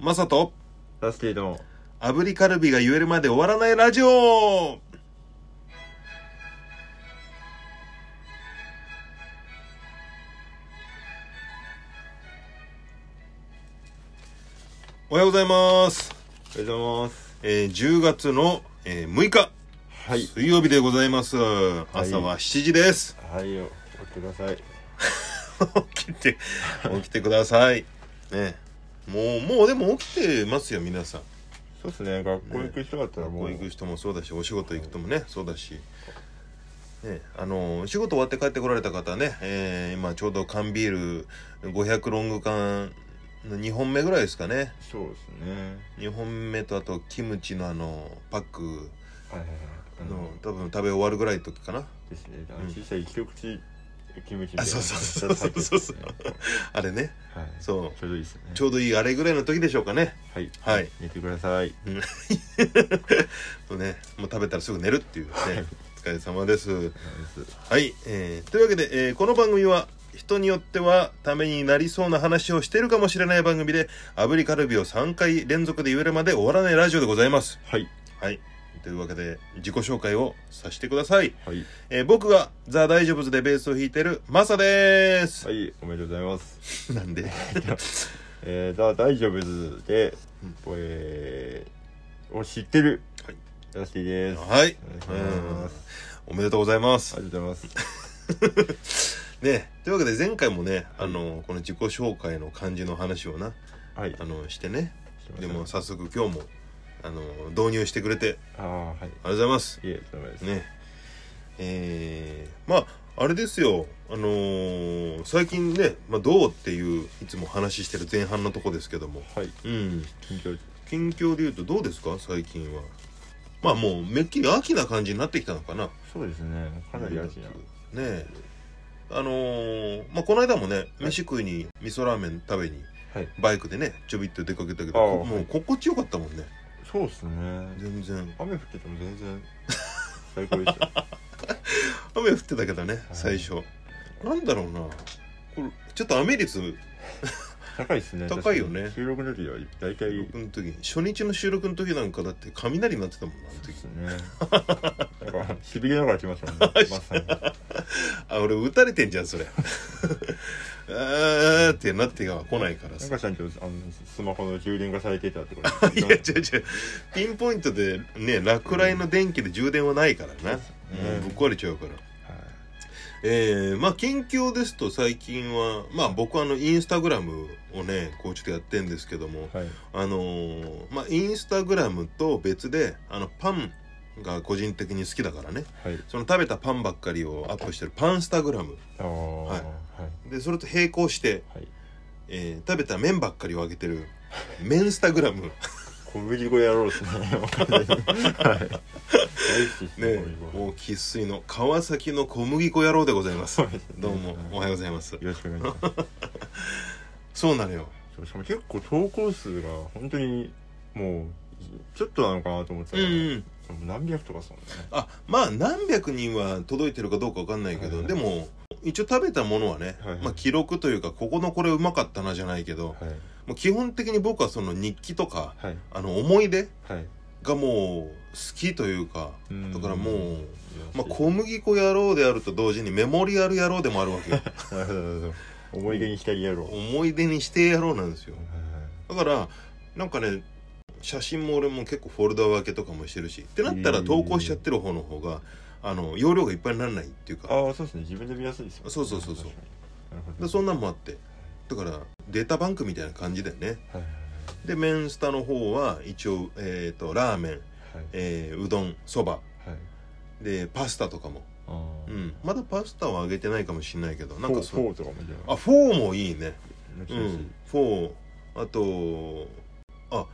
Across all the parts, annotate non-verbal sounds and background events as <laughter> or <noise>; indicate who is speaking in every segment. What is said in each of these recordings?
Speaker 1: マサと
Speaker 2: ラスティの
Speaker 1: 炙りカルビが言えるまで終わらないラジオおはようございます、
Speaker 2: おはようございます
Speaker 1: えー、10月の、えー6日
Speaker 2: はい
Speaker 1: 水曜日でございます朝は7時です、 <laughs>
Speaker 2: はいよおってください
Speaker 1: 起きて起きてくださいねもうもうでも起きてますよ皆さん
Speaker 2: そうですね学校行く人だったら
Speaker 1: 学
Speaker 2: も
Speaker 1: 校
Speaker 2: う
Speaker 1: 行く人もそうだしお仕事行く人もねそうだし、ね、あの仕事終わって帰ってこられた方ね、えー今ちょうど缶ビール500ロング缶の2本目ぐらいですかね
Speaker 2: そうですね
Speaker 1: 2本目とあとキムチのあのパック
Speaker 2: はいはいはいあ
Speaker 1: の
Speaker 2: の
Speaker 1: 多分食べ終わるぐらいの時かな
Speaker 2: ですね
Speaker 1: ん
Speaker 2: 小さい一口キムチみたいな
Speaker 1: あそうそうそうそうそうあれね
Speaker 2: はい
Speaker 1: そう
Speaker 2: ちょうどいいですね
Speaker 1: ちょうどいいあれぐらいの時でしょうかね <laughs>
Speaker 2: はい
Speaker 1: はい
Speaker 2: 寝てください
Speaker 1: とねもう食べたらすぐ寝るっていうねお疲れ様です
Speaker 2: ナイス
Speaker 1: はい、えーというわけで、えーこの番組は人によってはためになりそうな話をしているかもしれない番組で炙りカルビを3回連続で言えるまで終わらないラジオでございます。
Speaker 2: はい
Speaker 1: はい、というわけで自己紹介をさせてください。
Speaker 2: はい
Speaker 1: えー僕がザ・大丈夫ズでベースを弾いてるマサです。
Speaker 2: はいおめでとうございます
Speaker 1: なんで
Speaker 2: えー、ザ・大丈夫ズで、えー、を知ってる、
Speaker 1: はい、
Speaker 2: ラスティです
Speaker 1: はい
Speaker 2: お願いします
Speaker 1: おめでとうございます
Speaker 2: あ。りがとうございます
Speaker 1: ね、というわけで前回もね、あのこの自己紹介の感じの話をな
Speaker 2: はい
Speaker 1: あのしてね
Speaker 2: すいませ
Speaker 1: で
Speaker 2: ん
Speaker 1: も早速今日もあの導入してくれて
Speaker 2: ああはい
Speaker 1: ありがとうございます。
Speaker 2: いえダメです
Speaker 1: ねえー、まああれですよあのー最近ね「まあ、どう?」っていういつも話してる前半のとこですけども
Speaker 2: はい
Speaker 1: うん
Speaker 2: 緊張
Speaker 1: 近況で言うとどうですか最近はまあもうめっきり秋な感じになってきたのかな
Speaker 2: そうですねかなり味な
Speaker 1: ねえあのーまあこの間もね飯食いに味噌ラーメン食べに
Speaker 2: はい
Speaker 1: バイクでねちょびっと出かけたけど
Speaker 2: ああ
Speaker 1: こもう心地よかったもんね
Speaker 2: そうですね
Speaker 1: 全然
Speaker 2: 雨降ってても全然 <laughs> 最高でした
Speaker 1: 雨降ってたけどね最初、なんだろうなこれちょっと雨率
Speaker 2: 高いですね
Speaker 1: 高いよね
Speaker 2: 確かに収録の時は大体
Speaker 1: 収録の時初日の収録の時なんかだって雷鳴ってたもんなあの
Speaker 2: で
Speaker 1: 時
Speaker 2: す <laughs> ねなんかしびれながら来ました <laughs> もんねまさに
Speaker 1: あ俺撃たれてんじゃんそ <laughs> れあーってなっては来ないから
Speaker 2: なん
Speaker 1: さ
Speaker 2: かちゃんとあのスマホの充電がされてたってこと
Speaker 1: い
Speaker 2: <laughs>
Speaker 1: や違う違うピンポイントでね落雷の電気で充電はないからな、
Speaker 2: ね
Speaker 1: うんぶっ壊れちゃうから
Speaker 2: はい
Speaker 1: えー、まあ近況ですと最近はまあ僕はあのインスタグラムをねこうちょっとやってんですけども
Speaker 2: はい
Speaker 1: あのーまあインスタグラムと別であのパンが個人的に好きだからね
Speaker 2: はい
Speaker 1: その食べたパンばっかりをアップしてるパンスタグラム
Speaker 2: ああはい
Speaker 1: でそれと並行して、
Speaker 2: はい
Speaker 1: えー食べた麺ばっかりをあげて
Speaker 2: <laughs>
Speaker 1: る麺スタグラム
Speaker 2: 小麦粉やろうですね完全に <laughs> はい大好きです
Speaker 1: ね
Speaker 2: 小麦粉
Speaker 1: もう生粋の川崎の小麦粉野郎でござい
Speaker 2: <laughs>
Speaker 1: ます
Speaker 2: そうですね
Speaker 1: どうもおはようございます
Speaker 2: よろしくお願いします
Speaker 1: そうなのよ
Speaker 2: そうしかも結構投稿数が本当にもうちょっとなのかなと思ってた
Speaker 1: うん、
Speaker 2: ら、
Speaker 1: うん、
Speaker 2: 何百とかそうね
Speaker 1: あまあ何百人は届いてるかどうかわかんないけど、
Speaker 2: はいはい
Speaker 1: でも一応食べたものはね、
Speaker 2: はいはい
Speaker 1: まあ、記録というかここのこれうまかったなじゃないけど、
Speaker 2: はい
Speaker 1: もう基本的に僕はその日記とか
Speaker 2: はい
Speaker 1: あの思い出
Speaker 2: はい
Speaker 1: がもう好きというか
Speaker 2: うん
Speaker 1: だからもう、まあ、
Speaker 2: う
Speaker 1: 小麦粉野郎であると同時にメモリアル野郎でもあるわけよ
Speaker 2: なるほどなるほど <laughs> 思い出に浸りやろう、はい
Speaker 1: 思い出にして野郎なんですよ
Speaker 2: はい
Speaker 1: だからなんかね写真も俺も結構フォルダ分けとかもしてるしってなったら投稿しちゃってる方の方があの容量がいっぱいにならないっていうか
Speaker 2: ああそうですね自分で見やすいですよね
Speaker 1: そうそうそうそう
Speaker 2: 確かになるほ
Speaker 1: で
Speaker 2: ど
Speaker 1: そんなんもあってだからデータバンクみたいな感じだよね
Speaker 2: はいはい
Speaker 1: でメンスタの方は一応、えー、とラーメン、
Speaker 2: はい
Speaker 1: えーうどんそば
Speaker 2: はい
Speaker 1: でパスタとかも、
Speaker 2: あー
Speaker 1: うん、まだパスタはあげてないかもしれないけどなんか
Speaker 2: フォ
Speaker 1: そう
Speaker 2: ーとかもじゃ
Speaker 1: あフォーもいいね
Speaker 2: あ
Speaker 1: う
Speaker 2: 懐かしい
Speaker 1: んフォーあとあ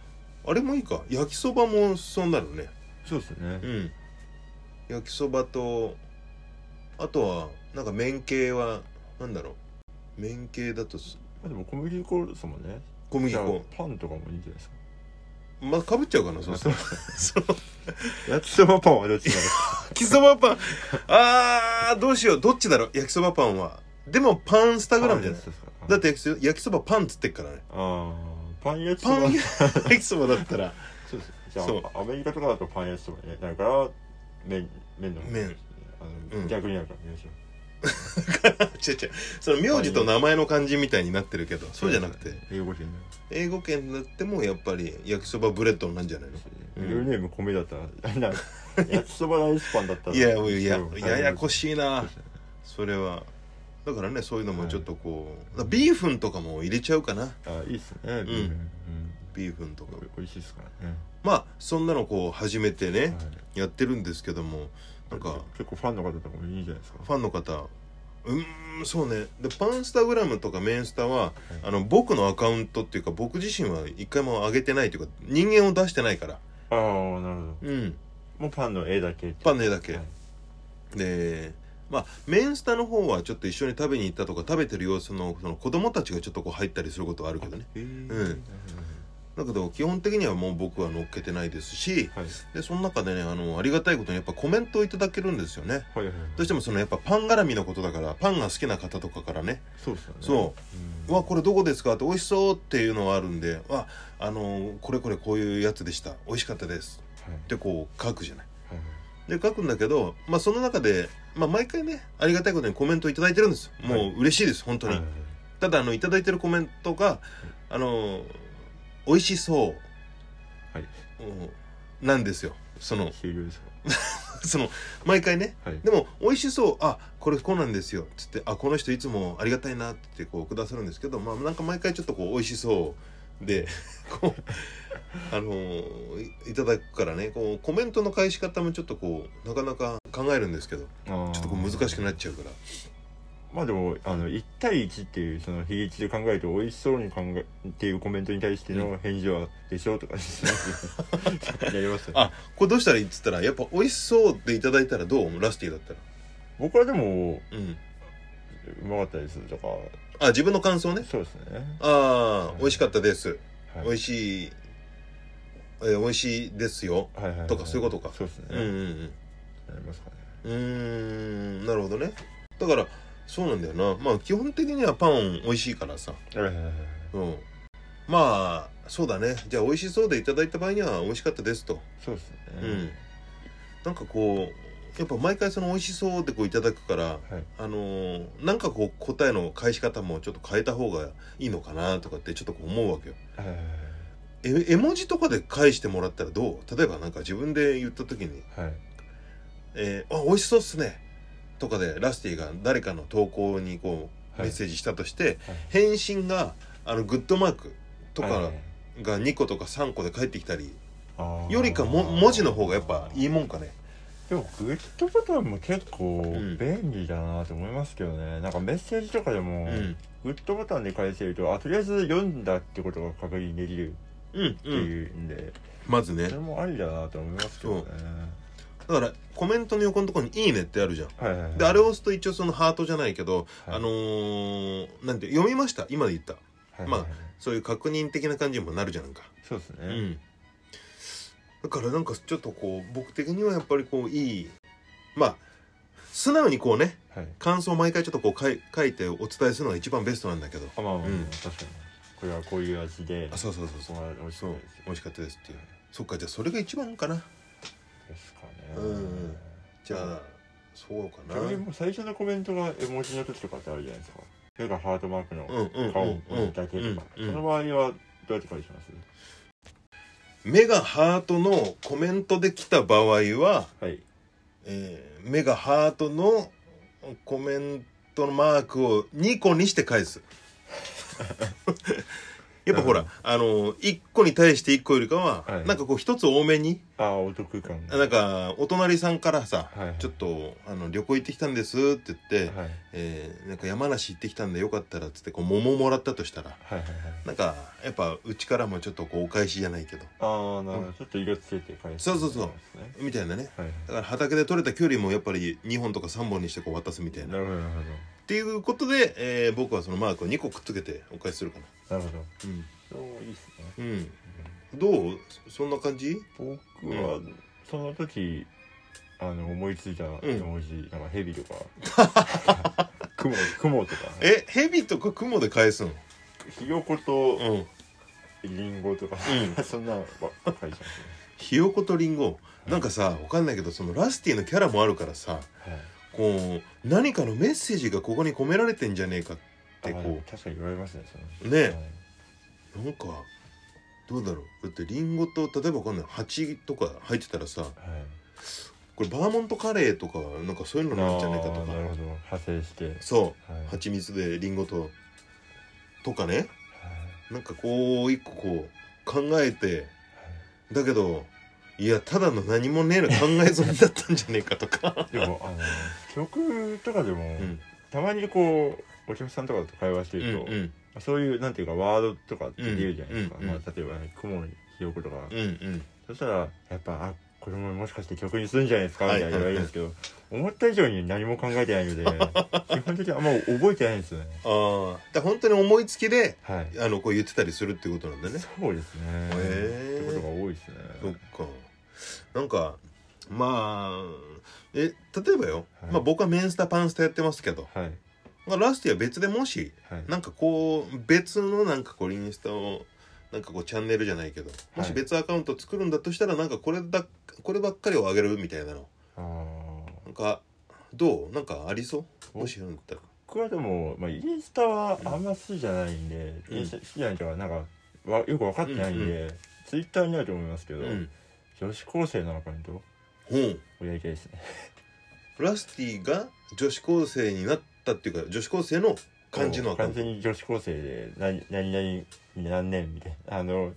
Speaker 1: あれもいいか焼きそばもそうなるね
Speaker 2: そうですね
Speaker 1: うん焼きそばとあとはなんか麺系はなんだろう麺系だとす
Speaker 2: まあでも小麦粉ですもんね
Speaker 1: 小麦粉
Speaker 2: じゃあパンとかもいいんじゃないですか
Speaker 1: まあかぶっちゃうかなそうする
Speaker 2: <laughs>
Speaker 1: とそう
Speaker 2: 焼きそばパンはどっちだろ
Speaker 1: 焼きそばパンあーどうしようどっちだろう焼きそばパンはでもパンスタ
Speaker 2: う
Speaker 1: グラムじゃない
Speaker 2: パンですか
Speaker 1: だって焼きそ焼きそばパンっつってっからね
Speaker 2: ああパン焼きそ
Speaker 1: パ
Speaker 2: ば
Speaker 1: ン焼きそばだった
Speaker 2: <laughs>
Speaker 1: ら
Speaker 2: そうですじゃ
Speaker 1: そう
Speaker 2: あアメリカとかだとパン焼きそばになるから麺麺の
Speaker 1: 麺
Speaker 2: あの、
Speaker 1: うん
Speaker 2: 逆になるから麺焼きそば
Speaker 1: 違う違うその名字と名前の漢字みたいになってるけどそうじゃなくて
Speaker 2: 英語圏の
Speaker 1: 英語圏になってもやっぱり焼きそばブレッドなんじゃないのうん
Speaker 2: ルーネーム米だったら <laughs> あなんか焼きそばライスパンだったら
Speaker 1: いやいや
Speaker 2: そう
Speaker 1: ややこしいなそれはだからねそういうのもちょっとこう、だからビーフンとかも入れちゃうかな
Speaker 2: あいいっすねうん、うん、
Speaker 1: ビーフンとか
Speaker 2: おい美味しいっすからね、
Speaker 1: まあそんなのこう初めて
Speaker 2: は
Speaker 1: ね
Speaker 2: い、
Speaker 1: やってるんですけどもなんか
Speaker 2: 結構ファンの方とかもいいんじゃないですか
Speaker 1: ファンの方うーんそうねでパンスタグラムとかメンスタは
Speaker 2: うん
Speaker 1: あの僕のアカウントっていうか僕自身は一回も上げてないというか人間を出してないから
Speaker 2: ああなるほど
Speaker 1: うん
Speaker 2: もうパンの絵だけ
Speaker 1: パ
Speaker 2: ン
Speaker 1: ンネだけ、でまあメンスタの方はちょっと一緒に食べに行ったとか食べてる様子のその子供たちがちょっとこう入ったりすることはあるけどね
Speaker 2: うん
Speaker 1: だけど基本的にはもう僕は乗っけてないですし
Speaker 2: はい
Speaker 1: でその中でねあのありがたいことにやっぱコメントをいただけるんですよね
Speaker 2: はいは
Speaker 1: ど
Speaker 2: い
Speaker 1: うしてもそのやっぱパン絡みのことだからパンが好きな方とかからね
Speaker 2: そうっすよね
Speaker 1: そうう「うわこれどこですか?」って「美味しそう」っていうのはあるんで「ああのこれこれこういうやつでした美味しかったです」
Speaker 2: はい
Speaker 1: ってこう書くじゃない。
Speaker 2: はいはい
Speaker 1: で書くんだけど、まあ、その中で、まあ、毎回ねありがたいことにコメントをいただいてるんです
Speaker 2: は
Speaker 1: も
Speaker 2: いう
Speaker 1: 嬉しいです本当に、
Speaker 2: はい
Speaker 1: ただあのいただいてるコメントが「あの美味しそう」
Speaker 2: はい
Speaker 1: うんなんですよその
Speaker 2: 終了ですか
Speaker 1: その毎回ね
Speaker 2: はい
Speaker 1: でも美味しそうあこれこうなんですよつってあこの人いつもありがたいなってこうくださるんですけどまあなんか毎回ちょっとこう美味しそうで <laughs> こうあのーいいただくからねこうコメントの返し方もちょっとこうなかなか考えるんですけど
Speaker 2: ちょ
Speaker 1: ちょっとこう難しくなっちゃうから
Speaker 2: まあでもあの1対1っていうその比率で考えると美味しそうに考えっていうコメントに対しての返事はでしょうとかにします
Speaker 1: <laughs>
Speaker 2: よやりますよ
Speaker 1: あこれどうしたらいいっつったらやっぱ美味しそうっていただいたらどうラスティだったら
Speaker 2: 僕はでも
Speaker 1: うん
Speaker 2: うまかったですとか
Speaker 1: あ自分の感想ね
Speaker 2: そうですね
Speaker 1: ああ美味しかったです
Speaker 2: はい
Speaker 1: 美味しい、えー美味しいですよ
Speaker 2: はいはいは
Speaker 1: とかそういうことか
Speaker 2: そうですね
Speaker 1: うんうん
Speaker 2: やりますかね
Speaker 1: うんうーんなるほどねだからそうなんだよなまあ基本的にはパン美味しいからさ
Speaker 2: はいはいはいはい
Speaker 1: うんまあそうだねじゃあ美味しそうでいただいた場合には美味しかったですと
Speaker 2: そうですね
Speaker 1: うんなんかこうやっぱ毎回その美味しそうでこういただくから
Speaker 2: はい
Speaker 1: あのーなんかこう答えの返し方もちょっと変えた方がいいのかなとかってちょっとこう思うわけよ
Speaker 2: はいはい
Speaker 1: え絵文字とかで返してもらったらどう例えばなんか自分で言った時に
Speaker 2: はいはい
Speaker 1: 「えーあ美味しそうっすね」とかでラスティが誰かの投稿にこう
Speaker 2: は
Speaker 1: メ
Speaker 2: い
Speaker 1: ッセージしたとして、
Speaker 2: はい
Speaker 1: 返信があのグッドマークと
Speaker 2: はいは
Speaker 1: か
Speaker 2: い
Speaker 1: が2個とか3個で返ってきたり
Speaker 2: あー
Speaker 1: よりかも文字の方がやっぱいいもんかね
Speaker 2: でもグッドボタンも結構
Speaker 1: ん
Speaker 2: 便利だなと思いますけどね、なんかメッセージとかで
Speaker 1: う
Speaker 2: も、
Speaker 1: ん
Speaker 2: グッドボタンで返せるとあとりあえず読んだってことが確認できる
Speaker 1: うん
Speaker 2: って
Speaker 1: うん
Speaker 2: いうんで、
Speaker 1: まず
Speaker 2: それ
Speaker 1: ね
Speaker 2: もありだなと思いますけどね
Speaker 1: だからコメントの横のところに「いいね」ってあるじゃん
Speaker 2: はいはいはい
Speaker 1: であれを
Speaker 2: を、
Speaker 1: 押すと一応そのハートじゃないけど、
Speaker 2: はい
Speaker 1: あのーなんて読みました今で言った
Speaker 2: はい
Speaker 1: まあ
Speaker 2: はいはい
Speaker 1: そういう確認的な感じにもなるじゃんか、
Speaker 2: そうですね、
Speaker 1: うんだからなんかちょっとこう僕的にはやっぱりこういいまあ素直にこうね
Speaker 2: はい
Speaker 1: 感想を毎回ちょっとこう書い書いてお伝えするのが一番ベストなんだけど
Speaker 2: あまあ、まあ
Speaker 1: うん
Speaker 2: 確かにこれはこういう味で
Speaker 1: あそうそうそうそう
Speaker 2: もらえる美味しい
Speaker 1: そう美味しかったですっていうそっかじゃあそれが一番かな
Speaker 2: ですかね
Speaker 1: うんじゃあそうかな
Speaker 2: 逆にもう最初のコメントが絵文字の時とかってあるじゃないですかそれがハートマークの
Speaker 1: うんうん
Speaker 2: 顔
Speaker 1: うんうん
Speaker 2: だけとか、
Speaker 1: うんうん
Speaker 2: その場合はどうやって返します
Speaker 1: 目がハートのコメントで来た場合は
Speaker 2: はい
Speaker 1: えー目がハートのコメントのマークを2個にして返す <laughs> やっぱほら、
Speaker 2: う
Speaker 1: あの1個に対して1個よりかは、
Speaker 2: はい
Speaker 1: なんかこう1つ多めに
Speaker 2: ああお得感
Speaker 1: なんかお隣さんからさ、
Speaker 2: はいはい
Speaker 1: ちょっとあの旅行行ってきたんですって言って、
Speaker 2: はいはい
Speaker 1: えーなんか山梨行ってきたんでよかったらっつってこう桃もらったとしたら
Speaker 2: はいはい
Speaker 1: なんかやっぱうちからもちょっとこうお返しじゃないけど
Speaker 2: ああなるほど、ちょっと色つけて返す
Speaker 1: そうそうそう
Speaker 2: ですね
Speaker 1: みたいなね
Speaker 2: はい
Speaker 1: だから畑で採れたきゅうりもやっぱり2本とか3本にしてこう渡すみたいな
Speaker 2: なるほどなる
Speaker 1: っていうことで、えー僕はそのマークを2個くっつけてお返しするかな
Speaker 2: ほどなるほど
Speaker 1: うん、
Speaker 2: そういいっすね
Speaker 1: うん、どうそそんな感じ
Speaker 2: 僕はその時あの思いついた絵文字、なんかヘビとか
Speaker 1: <laughs>
Speaker 2: 雲雲とか
Speaker 1: えヘビとか雲で返すの
Speaker 2: ひよこと
Speaker 1: うん
Speaker 2: リンゴとか、 <laughs> そんなばっかりじゃんですね
Speaker 1: ひよことりんごなんかさわかんないけどそのラスティのキャラもあるからさ
Speaker 2: はい
Speaker 1: こう何かのメッセージがここに込められてんじゃねえかって
Speaker 2: あでも
Speaker 1: こ
Speaker 2: 確かに言われますねその
Speaker 1: うね
Speaker 2: はい
Speaker 1: なんかどうだろうだってリンゴと例えばわかんない蜂とか入ってたらさ
Speaker 2: はい
Speaker 1: これバーモントカレーとかなんかそういうのなんじゃないかと
Speaker 2: あ
Speaker 1: か
Speaker 2: ーなるほど派生してはい
Speaker 1: そ
Speaker 2: はいう
Speaker 1: 蜂蜜でリンゴととかねなんかこう一個こう考えてだけどいやただの何もねえの考え損だったんじゃねえかとか
Speaker 2: でもあの曲とかでも、
Speaker 1: うん
Speaker 2: たまにこうお客さんとかと会話して
Speaker 1: うん
Speaker 2: ると、
Speaker 1: うん
Speaker 2: そういうなんていうかワードとかって出るじゃないですか、
Speaker 1: うんうん
Speaker 2: まあ、例えば、ね「雲の記憶」とか、
Speaker 1: うんうん
Speaker 2: そしたらやっぱ「あこれももしかして曲にするんじゃないですか」みたいな
Speaker 1: はい
Speaker 2: 言われるんですけど、思った以上に何も考えてないの
Speaker 1: <laughs>
Speaker 2: で基本的にあんま覚えてないんですよね
Speaker 1: ああだから本当に思いつきで
Speaker 2: はい
Speaker 1: あのこう言ってたりするってことなんだね
Speaker 2: そうですね、
Speaker 1: へー
Speaker 2: ってことが多いですね
Speaker 1: そっかなんかまあえ例えばよ、
Speaker 2: はい
Speaker 1: まあ、僕はメンスタパンスタやってますけど、
Speaker 2: はい
Speaker 1: まあ、ラスティは別でもし
Speaker 2: はい
Speaker 1: なんかこう別のなんかこうインスタをなんかこうチャンネルじゃないけどもし別アカウント作るんだとしたらなんかこれだこればっかりをあげるみたいなの
Speaker 2: あー
Speaker 1: なんかどうなんかありそう
Speaker 2: お
Speaker 1: もしやるんだったら
Speaker 2: 僕はでも、まあ、インスタはあんま好きじゃないんで、
Speaker 1: うん
Speaker 2: インスタ好きじゃないというかなんかわよく分かってないんで、ツイッターになると思いますけど、
Speaker 1: うん
Speaker 2: 女子高生のアカウント
Speaker 1: ほう
Speaker 2: をやりたいですね
Speaker 1: ラスティが女子高生になったっていうか女子高生の感じのアカウン
Speaker 2: 完
Speaker 1: ト
Speaker 2: 全に女子高生で何何々何年みたいなあの、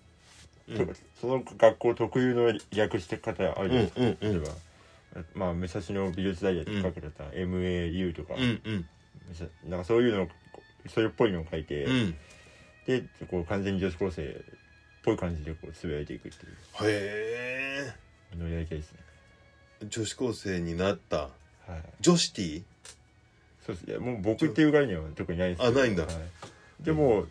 Speaker 1: うん
Speaker 2: とその学校特有の略して方あるじゃないですか、
Speaker 1: うんうんうん
Speaker 2: 例えばまあ武蔵野美術大学って書けたら、MAU とか、
Speaker 1: うんうん
Speaker 2: 武蔵なんかそういうのそれっぽいのを書いて、
Speaker 1: うん
Speaker 2: でこう完全に女子高生っぽい感じでこうつぶやいていくっていう
Speaker 1: へ
Speaker 2: のをやりたいですね
Speaker 1: え女子高生になった
Speaker 2: はい
Speaker 1: 女子ティ
Speaker 2: そうですいやもう僕っていう概念は特にないですけど
Speaker 1: あないんだ
Speaker 2: はいでも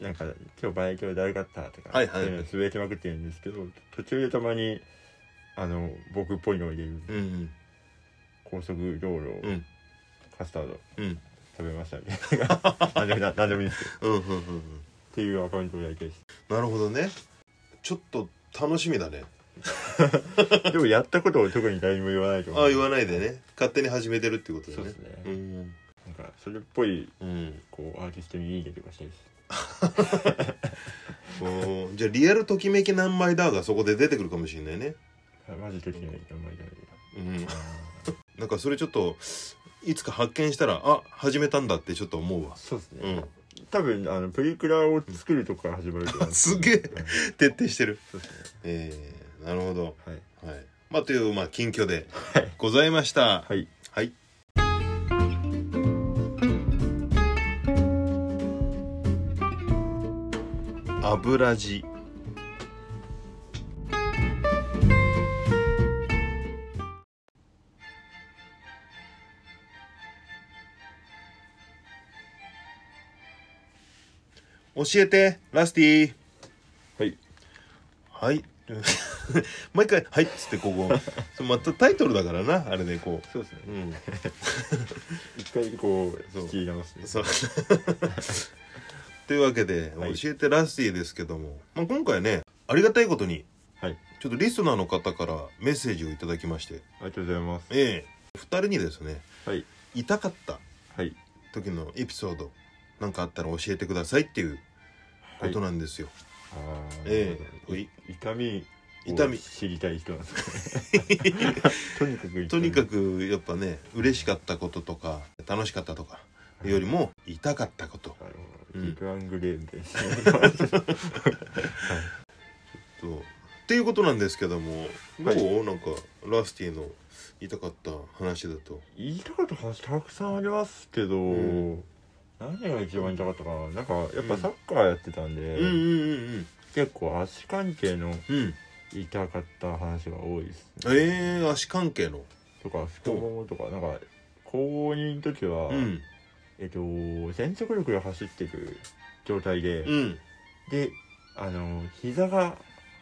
Speaker 2: なんか「今日バイキョウだるかった」とか、
Speaker 1: はいはい
Speaker 2: そういうのつぶやきまくってるんですけど途中でたまにあの僕っぽいのを入れる
Speaker 1: うん
Speaker 2: 高速道路、
Speaker 1: うん
Speaker 2: カスタード
Speaker 1: うん
Speaker 2: 食べましたみたいな <laughs> 何でもな何でもいいですけど
Speaker 1: うんうんうんうん
Speaker 2: っていうアカウントをやりたいです
Speaker 1: なるほどねちょっと楽しみだね
Speaker 2: でもやったことを特に誰にも言わないと思う
Speaker 1: ああ言わないでね勝手に始めてるってことだ
Speaker 2: そう
Speaker 1: ね
Speaker 2: ですね、
Speaker 1: うん
Speaker 2: なんかそれっぽい
Speaker 1: うん
Speaker 2: こうアーティストにいいねとかしたいです
Speaker 1: おーじゃあリアルときめき何枚だがそこで出てくるかもしれないね
Speaker 2: はいマジできないあんまりない
Speaker 1: う
Speaker 2: <laughs>
Speaker 1: んなんかそれちょっといつか発見したらあ始めたんだってちょっと思うわ
Speaker 2: そうですね、
Speaker 1: うん
Speaker 2: 多分あのプリクラを作るとこから始まると思うんで
Speaker 1: すげえ
Speaker 2: はい
Speaker 1: 徹底してる
Speaker 2: そうですね
Speaker 1: えー、なるほど
Speaker 2: はい
Speaker 1: はいまあというまあ近況でございました
Speaker 2: はい
Speaker 1: はい油地教えてラスティ
Speaker 2: はい
Speaker 1: はい。 <laughs> 毎回「はい」っつってここそうまたタイトルだからなあれねこ
Speaker 2: そうですね
Speaker 1: ううん
Speaker 2: 一回こう
Speaker 1: そう
Speaker 2: 聞き直して
Speaker 1: そうというわけで、
Speaker 2: はい
Speaker 1: 教えてラスティですけども、まあ、今回ねありがたいことに
Speaker 2: はい
Speaker 1: ちょっとリスナーの方からメッセージをいただきまして
Speaker 2: ありがとうございます
Speaker 1: ええ2人にですね
Speaker 2: はい
Speaker 1: 痛かった
Speaker 2: はい
Speaker 1: 時のエピソードなんかあったら教えてくださいっていう
Speaker 2: は
Speaker 1: こ
Speaker 2: い
Speaker 1: となんですよ、
Speaker 2: あー
Speaker 1: ええ
Speaker 2: い痛みを
Speaker 1: 痛み
Speaker 2: 知りたい人なんですかね <laughs> とにかく痛み
Speaker 1: とにかくやっぱね嬉しかったこととか楽しかったとかよりも痛かったこと
Speaker 2: あの
Speaker 1: うん
Speaker 2: ビッグアングレーみたいな <laughs>
Speaker 1: そうっていうことなんですけどもど
Speaker 2: はいう
Speaker 1: なんかラスティの痛かった話だと
Speaker 2: 言いたかった話たくさんありますけど、
Speaker 1: うん
Speaker 2: 何が一番痛かったかななんかやっぱサッカーやってたんで、
Speaker 1: うんうんうん
Speaker 2: 結構足関係の
Speaker 1: うんうん
Speaker 2: 痛かった話が多いですね
Speaker 1: えー、足関係の
Speaker 2: とか太ももとかなんか高2の時は、
Speaker 1: うん
Speaker 2: えっと全速力で走っていく状態で、
Speaker 1: うん
Speaker 2: であの膝が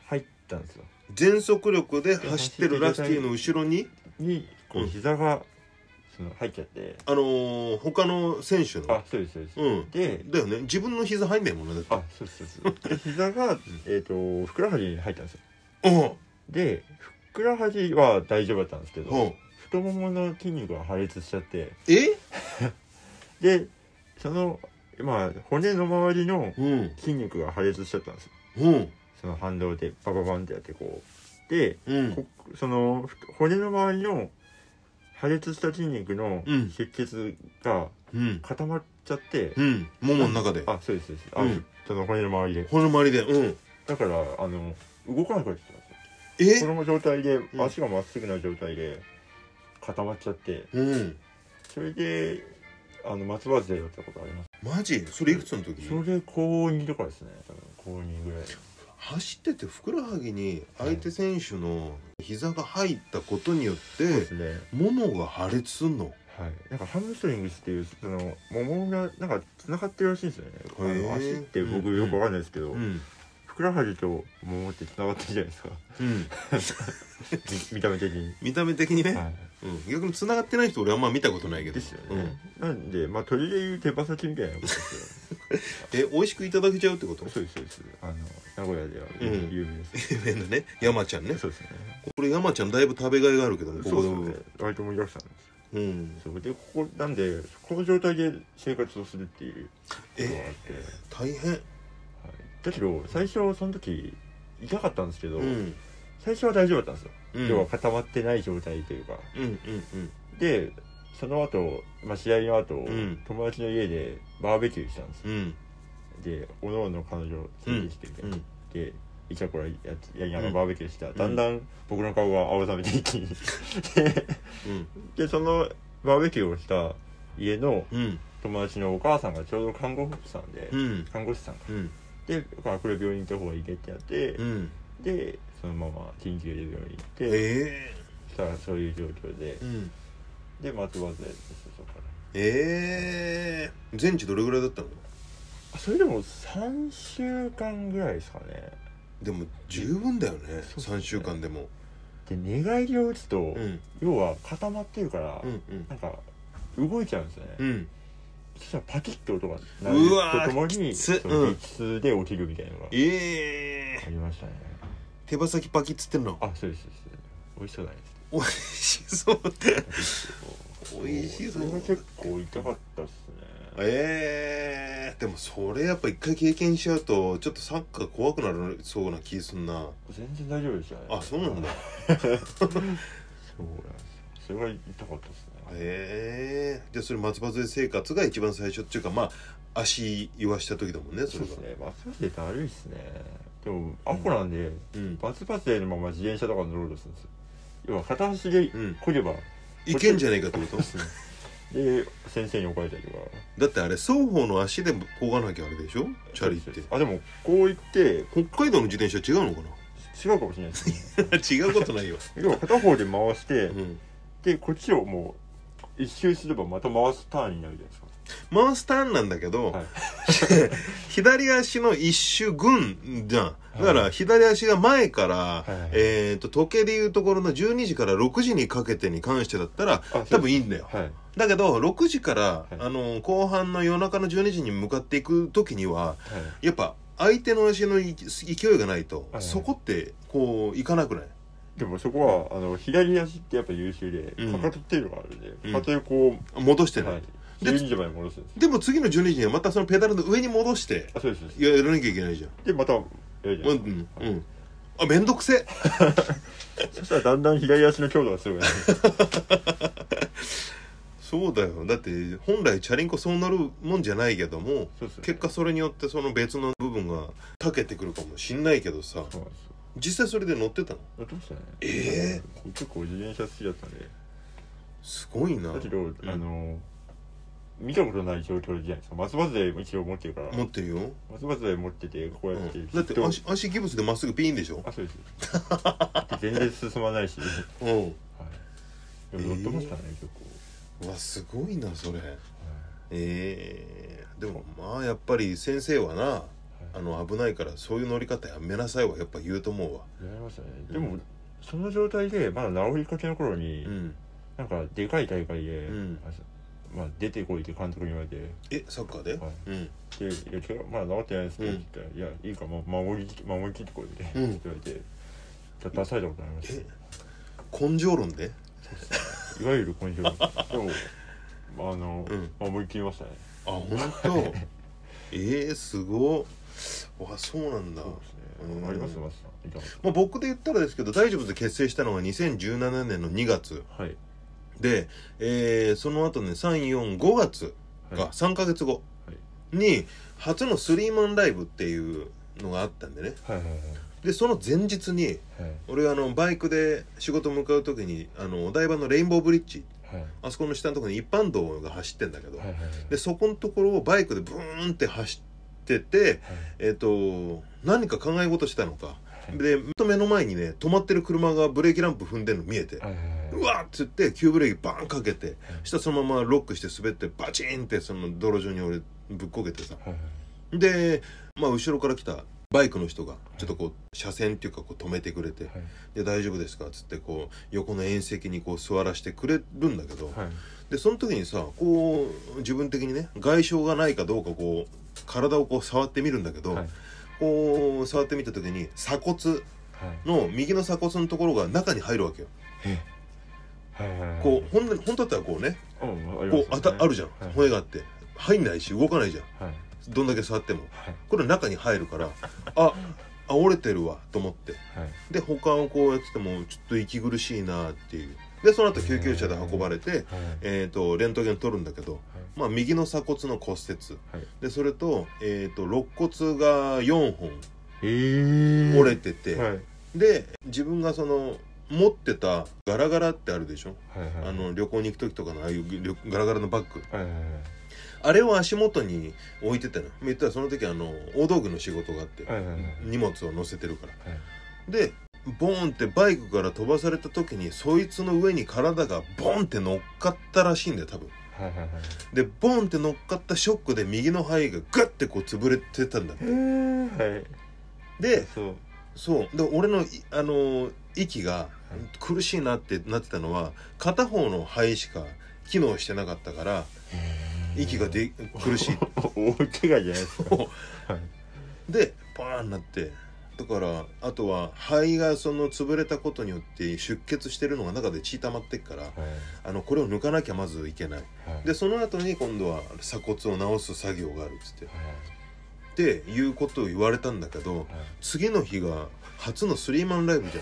Speaker 2: 入ったんですよ
Speaker 1: 全速力で走ってるラスティの後ろに
Speaker 2: にこ
Speaker 1: う
Speaker 2: うん膝がその入っちゃって
Speaker 1: あのー他の選手の
Speaker 2: あそうですそうです、
Speaker 1: うん
Speaker 2: で
Speaker 1: だよね自分の膝入んないもんねだって
Speaker 2: あそうですそうです
Speaker 1: <laughs>
Speaker 2: で膝が、えー、とふくらはぎに入ったんですよ
Speaker 1: うん
Speaker 2: でふくらはぎは大丈夫だったんですけど、
Speaker 1: うん
Speaker 2: 太ももの筋肉が破裂しちゃって
Speaker 1: え
Speaker 2: でそのまあ骨の周りの
Speaker 1: うん
Speaker 2: 筋肉が破裂しちゃったんですよ
Speaker 1: うん
Speaker 2: その反動でバババンってやってこうで
Speaker 1: うん
Speaker 2: こそのふ骨の周りの破裂した筋肉の
Speaker 1: うん
Speaker 2: 出血が
Speaker 1: うん
Speaker 2: 固まっちゃって、
Speaker 1: うんももの中で
Speaker 2: あそうですそうですあ、
Speaker 1: うん
Speaker 2: その骨の周りで
Speaker 1: 骨の周りでうん
Speaker 2: だからあの動かなくなっちゃったんですよ
Speaker 1: え
Speaker 2: この状態で
Speaker 1: ん
Speaker 2: 足がまっすぐな状態で固まっちゃって
Speaker 1: うん
Speaker 2: それであの松葉杖だったことあります
Speaker 1: マジそれいくつの時
Speaker 2: それ高2とかですね多分高2ぐらい
Speaker 1: 走っててふくらはぎに相手選手の膝が入ったことによって
Speaker 2: ですね
Speaker 1: ももが破裂すんの
Speaker 2: はい、なんかハムストリングスっていうその桃がなんかつながってるらしいんですよねあ
Speaker 1: へえ
Speaker 2: の足って僕
Speaker 1: うん
Speaker 2: よくわかんないですけど、
Speaker 1: うん
Speaker 2: ふくらはぎと桃ってつながってるじゃない <laughs> ですか
Speaker 1: うん
Speaker 2: み見た目的に、
Speaker 1: 見た目的にね、
Speaker 2: は
Speaker 1: うん、逆に繋がってない人俺あんま見たことないけ
Speaker 2: い、
Speaker 1: ど
Speaker 2: ですよね、なんでまあ鳥でいう手羽先みたいなことです
Speaker 1: うん、え美味しくいただけちゃうってこと
Speaker 2: よ <laughs> そうですそうですあの名古屋では
Speaker 1: うん
Speaker 2: 有名です、
Speaker 1: 有名なね山ちゃんね
Speaker 2: <laughs> そうですね
Speaker 1: これ山ちゃんだいぶ食べがいがあるけどもこ
Speaker 2: そ
Speaker 1: こで
Speaker 2: うで
Speaker 1: も
Speaker 2: すね割と盛りだくさんです
Speaker 1: うん
Speaker 2: そうでここなんでこの状態で生活をするっていうことがあって、はい、
Speaker 1: 大変
Speaker 2: だけど最初その時痛かったんですけど、
Speaker 1: うん
Speaker 2: 最初は大丈夫だったんです
Speaker 1: う
Speaker 2: よ、
Speaker 1: ん
Speaker 2: 要は固まってない状態というか
Speaker 1: うんうんうん
Speaker 2: でその後、まあ試合の後、
Speaker 1: ん
Speaker 2: 友達の家でバーベキューしたんですよ
Speaker 1: うん
Speaker 2: でおのおの彼女を連れてきてみたいな、
Speaker 1: うん
Speaker 2: でいちゃこらややりなが
Speaker 1: う
Speaker 2: ら
Speaker 1: ん
Speaker 2: バーベキューした、だんだん僕の顔が青ざめていき
Speaker 1: <laughs>
Speaker 2: で
Speaker 1: うん
Speaker 2: でそのバーベキューをした家の
Speaker 1: うん
Speaker 2: 友達のお母さんがちょうど看護婦さんで、
Speaker 1: うん
Speaker 2: 看護師さんか
Speaker 1: うん
Speaker 2: であこれ病院行った方がいいねってなって、
Speaker 1: うん
Speaker 2: でそのまま緊急で病院行って
Speaker 1: え
Speaker 2: そしたらそういう状況で
Speaker 1: えうん
Speaker 2: で松葉杖ですそこから
Speaker 1: ええ全治どれぐらいだったの
Speaker 2: あそれでも3週間ぐらいですかね
Speaker 1: でも十分だよね
Speaker 2: そうですね
Speaker 1: 3週間でも
Speaker 2: で寝返りを打つと、
Speaker 1: うん
Speaker 2: 要は固まってるから、
Speaker 1: うんうん
Speaker 2: なんか動いちゃうんですよね、
Speaker 1: うん
Speaker 2: そしたらパキッて音が鳴
Speaker 1: うわー
Speaker 2: るとともに
Speaker 1: きつ
Speaker 2: その
Speaker 1: うん
Speaker 2: 激痛で起きるみたいなのが
Speaker 1: え
Speaker 2: あ
Speaker 1: え
Speaker 2: りましたね、
Speaker 1: 手羽先パキッつってんの
Speaker 2: あそうですそうです美味しそうだね
Speaker 1: 美味しそう美味しそう
Speaker 2: れが結構痛かったっすね
Speaker 1: ええでもそれやっぱ一回経験しちゃうとちょっとサッカー怖くなるそうな気すんな
Speaker 2: 全然大丈夫でしたね
Speaker 1: あそう
Speaker 2: <laughs>
Speaker 1: なんだ
Speaker 2: そうなんですそれが痛かったっすね
Speaker 1: ええじゃあそれ松葉杖生活が一番最初っていうかまあ足言わした時だもんねそ
Speaker 2: そう
Speaker 1: れ
Speaker 2: で
Speaker 1: が
Speaker 2: すねバスバスでだるいっすねでもアホなんで、
Speaker 1: うん
Speaker 2: バスバスでのまま自転車とか乗ろうとするんですよ要は片足で
Speaker 1: うん
Speaker 2: こげば、
Speaker 1: いけんじゃねえかって <laughs> こと
Speaker 2: で先生に怒られたりとか
Speaker 1: だってあれ双方の足でこがなきゃあれでしょチャリって
Speaker 2: あでもこう行って
Speaker 1: 北海道の自転車違うのか
Speaker 2: 違うかもしれないです
Speaker 1: <laughs>
Speaker 2: ね
Speaker 1: な <laughs> 違うことないよ、
Speaker 2: 要は片方で回して、
Speaker 1: うん、
Speaker 2: でこっちをもう一周すればまた回すターンになるじゃないですか
Speaker 1: マウスターンなんだけど、
Speaker 2: はい
Speaker 1: 左足の一周群じゃんだか
Speaker 2: は
Speaker 1: ら
Speaker 2: い
Speaker 1: 左足が前から、
Speaker 2: い
Speaker 1: えっ、と時計でいうところの12時から6時にかけてに関してだったら
Speaker 2: あ
Speaker 1: 多分いいんだよ
Speaker 2: はい
Speaker 1: だけど6時から、
Speaker 2: い
Speaker 1: あの後半の夜中の12時に向かっていく時には
Speaker 2: はい
Speaker 1: やっぱ相手の足のい勢いがないと、
Speaker 2: はい
Speaker 1: そこってこういかなくない
Speaker 2: でもそこはあの左足ってやっぱ優秀で、
Speaker 1: うん
Speaker 2: かかとっていうのがあるんで、
Speaker 1: うん
Speaker 2: かかとでこ
Speaker 1: 戻して
Speaker 2: う、
Speaker 1: ない、
Speaker 2: はい、
Speaker 1: で
Speaker 2: 12時まで戻すんです
Speaker 1: でも次の12時にはまたそのペダルの上に戻して
Speaker 2: あそうですそうです
Speaker 1: ややらなきゃいけないじゃん
Speaker 2: でまたやるじゃ
Speaker 1: う
Speaker 2: ない
Speaker 1: ん
Speaker 2: です
Speaker 1: うん、うん、あめんどくせえ
Speaker 2: かそしたらだんだん左足の強度がすごい、ね、
Speaker 1: そうだよだって本来チャリンコそうなるもんじゃないけども
Speaker 2: そうですよね
Speaker 1: 結果それによってその別の部分がたけてくるかもしんないけどさ
Speaker 2: そうなんですよ
Speaker 1: 実際それで乗ってたの
Speaker 2: やってましたね
Speaker 1: え
Speaker 2: 結構自転車好きだったんです
Speaker 1: ごいな
Speaker 2: だけど、あの見たことない状況じゃないですか松葉杖も一応持ってるから
Speaker 1: 持ってるよ、
Speaker 2: 松葉杖持っててこう
Speaker 1: う
Speaker 2: やって、
Speaker 1: ん、だって足足ギブスでまっすぐピンでしょ
Speaker 2: あそうですで全然進
Speaker 1: <laughs>
Speaker 2: まないし、は
Speaker 1: うん
Speaker 2: い、でも乗ってましたね、結
Speaker 1: うわすごいなそれ
Speaker 2: 構、
Speaker 1: えー、でもまあやっぱり先生はなあ
Speaker 2: はい
Speaker 1: の危ないからそういう乗り方やめなさいはやっぱ言うと思うわ
Speaker 2: やりましたね
Speaker 1: うん
Speaker 2: でも、その状態でまだ治りかけの頃に、
Speaker 1: うん
Speaker 2: なんかでかい大会で、
Speaker 1: うん
Speaker 2: あそまあ、出てこいって監督に言われて
Speaker 1: えサッカーで、
Speaker 2: はい
Speaker 1: うん
Speaker 2: 「でいや怪我まだ治ってないですけど」って言ったら「いやいいからもう守りき守りきってこい」って
Speaker 1: うん
Speaker 2: 言われてだ出されたことありまし
Speaker 1: え根性論で
Speaker 2: たいわゆる今週でもあの、
Speaker 1: うん
Speaker 2: 守りきりましたね
Speaker 1: あ本
Speaker 2: <laughs>
Speaker 1: 当えー、すごっあそうなんだ
Speaker 2: そうです
Speaker 1: うん
Speaker 2: ねありますマスさんいたこ
Speaker 1: まあ、僕で言ったらですけど大丈夫で結成したのが2017年の2月
Speaker 2: とはい
Speaker 1: で、えーその後ね345月
Speaker 2: はい
Speaker 1: が3ヶ月後
Speaker 2: はい
Speaker 1: に初のスリーマンライブっていうのがあったんでね
Speaker 2: はいはい
Speaker 1: でその前日に
Speaker 2: はい
Speaker 1: 俺あのバイクで仕事向かう時にあのお台場のレインボーブリッジ
Speaker 2: はい
Speaker 1: あそこの下のところに一般道が走ってんだけど、
Speaker 2: はいはいはいはい
Speaker 1: でそこのところをバイクでブーンって走っててえっ、と何か考え事したのかで目の前にね止まってる車がブレーキランプ踏んでるの見えて
Speaker 2: はいはいはいう
Speaker 1: わっつって急ブレーキバーンかけてしたらそのままロックして滑ってバチーンってその泥上に俺ぶっこけてさ
Speaker 2: はいはい
Speaker 1: でまあ後ろから来たバイクの人がちょっとこう車線っていうかこう止めてくれて
Speaker 2: はい
Speaker 1: 「で大丈夫ですか?」っつってこう横の縁石にこう座らせてくれるんだけど
Speaker 2: はい
Speaker 1: でその時にさこう自分的にね外傷がないかどうかこう体をこう触ってみるんだけど、
Speaker 2: はい
Speaker 1: こう触ってみた時に鎖骨
Speaker 2: はい
Speaker 1: の右の鎖骨のところが中に入るわけよ。
Speaker 2: はいはいはい
Speaker 1: こうほんの本当だったらこうね
Speaker 2: うんありま
Speaker 1: こう
Speaker 2: す
Speaker 1: あたあるじゃん、
Speaker 2: はい
Speaker 1: 骨があって入んないし動かないじゃん
Speaker 2: はい
Speaker 1: どんだけ触っても
Speaker 2: はい
Speaker 1: これ中に入るからああ折れてるわと思って
Speaker 2: はい
Speaker 1: で保管をこうやっててもちょっと息苦しいなっていうでその後救急車で運ばれて
Speaker 2: はい
Speaker 1: えー、とレントゲン取るんだけど、まあ、右の鎖骨の骨折、
Speaker 2: はい
Speaker 1: でそれと,、えー、と肋骨が4本
Speaker 2: えー
Speaker 1: 折れてて、
Speaker 2: はいはい
Speaker 1: で自分がその持ってたガラガラってあるでしょ、
Speaker 2: はい
Speaker 1: あの旅行に行く時とかのああいう旅ガラガラのバッグ
Speaker 2: はいはいはい
Speaker 1: あれを足元に置いてたの言ったらその時あの大道具の仕事があって、
Speaker 2: はいはいはい
Speaker 1: 荷物を載せてるから
Speaker 2: はい
Speaker 1: でボーンってバイクから飛ばされた時にそいつの上に体がボンって乗っかったらしいんだよ多分
Speaker 2: はいはいはい
Speaker 1: でボンって乗っかったショックで右の肺がグッてこう潰れてたんだ
Speaker 2: えーはい
Speaker 1: で
Speaker 2: そう
Speaker 1: そうで俺のい、あのー息が
Speaker 2: い
Speaker 1: 苦しいなってなってたのは片方の肺しか機能してなかったから息がで苦しい
Speaker 2: お大怪我じゃないですか
Speaker 1: そう
Speaker 2: はい
Speaker 1: でパーンなってだからあとは肺がその潰れたことによって出血してるのが中で血溜まってっから
Speaker 2: はい
Speaker 1: あのこれを抜かなきゃまずいけない
Speaker 2: はい
Speaker 1: でその後に今度は鎖骨を直す作業があるっつっ
Speaker 2: はい
Speaker 1: てっていうことを言われたんだけど次の日が初のスリーマンライブじ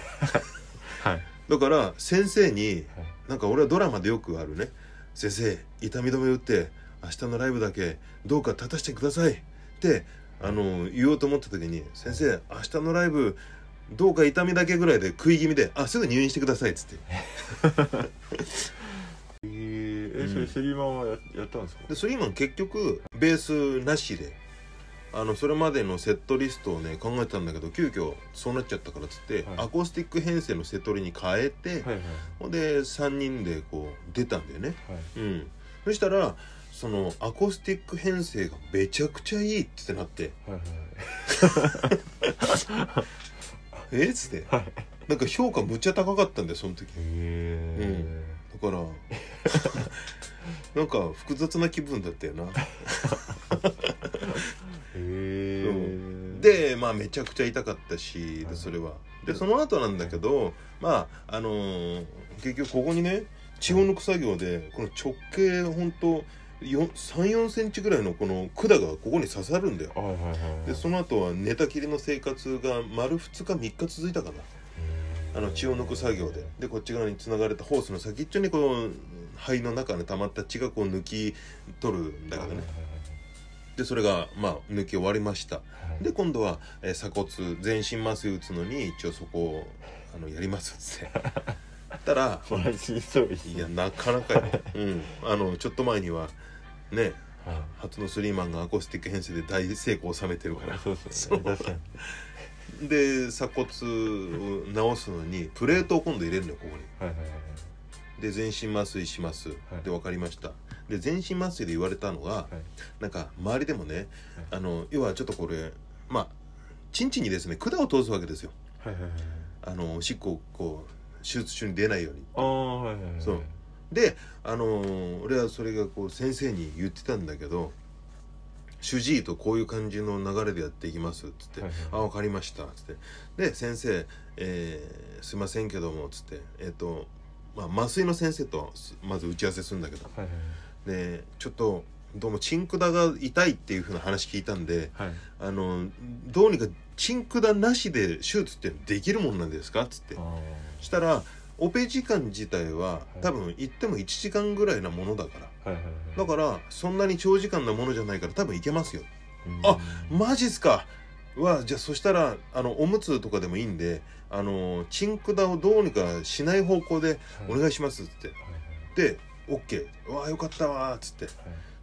Speaker 1: ゃん
Speaker 2: はい
Speaker 1: だから先生に
Speaker 2: はい
Speaker 1: なんか俺はドラマでよくあるね「先生痛み止め打って明日のライブだけどうか立たせてください」ってあの言おうと思った時に「先生明日のライブどうか痛みだけぐらいで食い気味であすぐ入院してください」っつって
Speaker 2: えーえそれスリーマンはややったんですか
Speaker 1: でスリーマン結局ベースなしであのそれまでのセットリストをね考えてたんだけど急遽そうなっちゃったからっつって、
Speaker 2: はい
Speaker 1: アコースティック編成のセトリに変えて、
Speaker 2: はいはい
Speaker 1: ほんで3人でこう出たんだよね
Speaker 2: はい
Speaker 1: うんそしたらそのアコースティック編成がめちゃくちゃいいってなって
Speaker 2: はい
Speaker 1: 「えっ?」つって
Speaker 2: はいはい
Speaker 1: なんか評価むっちゃ高かったんだよその時
Speaker 2: え
Speaker 1: だから <laughs> なんか複雑な気分だったよな
Speaker 2: ーえー
Speaker 1: でまあめちゃくちゃ痛かったし、
Speaker 2: はい
Speaker 1: でそれはでその後なんだけど、まああのー結局ここにね血を抜く作業でこの直径ほんと3 4センチぐらいのこの管がここに刺さるんだよ
Speaker 2: はいはいはいはい
Speaker 1: でその後は寝たきりの生活が丸2日3日続いたかなあの血を抜く作業ででこっち側につながれたホースの先っちょにこの肺の中に溜まった血がこう抜き取るんだけどねでそれがまあ抜き終わりましたで今度は、えー鎖骨全身麻酔打つのに一応そこをあのやりますっつってたら
Speaker 2: マジそうです
Speaker 1: いやなかなかね、うん、あのちょっと前にはね
Speaker 2: は
Speaker 1: 初のスリーマンがアコースティック編成で大成功を収めてるから
Speaker 2: いそうですよね
Speaker 1: そう
Speaker 2: 確かに
Speaker 1: で鎖骨を直すのにプレートを今度入れるのよここに
Speaker 2: はいはいはい
Speaker 1: で全身麻酔します、
Speaker 2: はい
Speaker 1: で分かりましたで全身麻酔で言われたのが、なんか周りでもねあの要はちょっとこれまあチンチンにですね管を通すわけですよ
Speaker 2: はいはいはいはい
Speaker 1: あのおしっこをこう手術中に出ないように
Speaker 2: ああはいはいはい
Speaker 1: そうであのー俺はそれがこう先生に言ってたんだけど「主治医とこういう感じの流れでやっていきます」っつって
Speaker 2: はいはい
Speaker 1: 「あ分かりました」っつってで先生、えーすいませんけども」っつってえっ、と、まあ、麻酔の先生とすまず打ち合わせするんだけど
Speaker 2: はい
Speaker 1: でちょっとどうもチンクダが痛いっていうふうな話聞いたんで
Speaker 2: はいはい
Speaker 1: あのどうにかチンクダなしで手術ってできるもんなんですかっつって
Speaker 2: あー
Speaker 1: したらオペ時間自体は
Speaker 2: はい
Speaker 1: 多分行っても1時間ぐらいなものだから
Speaker 2: はいはいはい
Speaker 1: だからそんなに長時間なものじゃないから多分行けますよ
Speaker 2: うん
Speaker 1: あマジっすかはじゃあそしたらあのおむつとかでもいいんであのチンクダをどうにかしない方向でお
Speaker 2: はい
Speaker 1: 願いしますっつって
Speaker 2: はい
Speaker 1: で OK うわあよかったわーっつって
Speaker 2: はい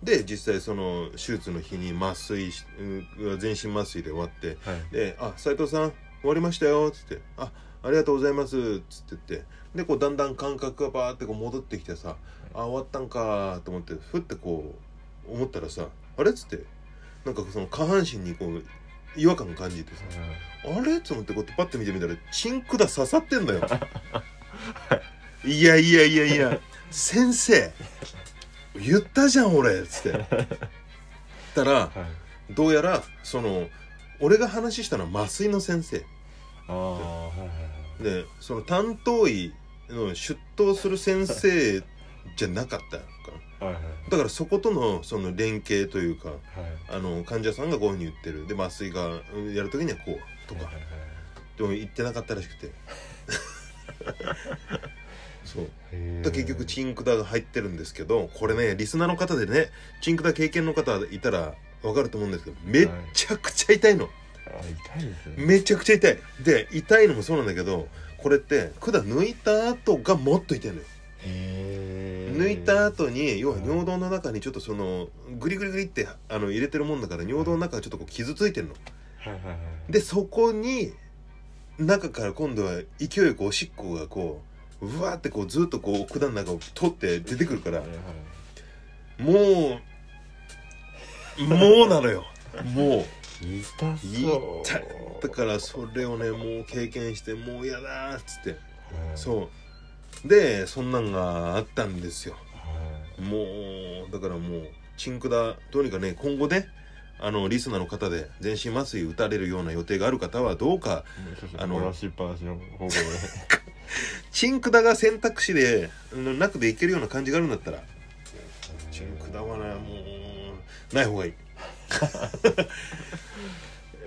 Speaker 1: で実際その手術の日に麻酔しうん全身麻酔で終わって
Speaker 2: はい
Speaker 1: で「あ斉藤さん終わりましたよ」っつって「あありがとうございます」っつってってでこうだんだん感覚がバーってこう戻ってきてさ「あ終わったんか」と思ってふってこう思ったらさ「あれ?」っつってなんかその下半身にこう違和感感じてさ
Speaker 2: はい
Speaker 1: 「
Speaker 2: はい
Speaker 1: あれ?」っつってこうやってパッて見てみたらチンクだ刺さってんだよ。いやいやいやいや先生言ったじゃん俺っつって。たら
Speaker 2: はい
Speaker 1: どうやらその俺が話したのは麻酔の先生
Speaker 2: ああはいはいはい
Speaker 1: でその担当医の出頭する先生じゃなかったのか
Speaker 2: はいはい
Speaker 1: なだからそことのその連携というか
Speaker 2: はい
Speaker 1: あの患者さんがこういうふうに言ってるで麻酔がうんやる時にはこうとか
Speaker 2: はいはいはい
Speaker 1: でも言ってなかったらしくてそう
Speaker 2: へー
Speaker 1: 結局チンクダが入ってるんですけどこれねリスナーの方でねチンクダ経験の方いたら分かると思うんですけどめっちゃくちゃ痛いの。
Speaker 2: あ痛いですね
Speaker 1: めちゃくちゃ痛いで痛いのもそうなんだけどこれって管抜いた後がもっと痛いのよ、
Speaker 2: へー
Speaker 1: 抜いた後に要は尿道の中にちょっとそのグリグリグリってあの入れてるもんだから尿道の中がちょっとこう傷ついてるの
Speaker 2: はいはいはい
Speaker 1: でそこに中から今度は勢いよくおしっこがこううわーってこうずっとこう管の中を取って出てくるから
Speaker 2: はいはい
Speaker 1: もうもうなのよもう
Speaker 2: 痛そう
Speaker 1: 痛いだからそれをねもう経験してもうやだーっつって
Speaker 2: はい
Speaker 1: そうでそんなんがあったんですよ
Speaker 2: は
Speaker 1: もうだからもうチンクダどうにかね今後ねあのリスナーの方で全身麻酔打たれるような予定がある方はどうか
Speaker 2: いもうちょっと
Speaker 1: あの
Speaker 2: 漏らしっぱなしの方向で
Speaker 1: チンクダが選択肢でうんなくでいけるような感じがあるんだったらチンクダはねもうない方がいい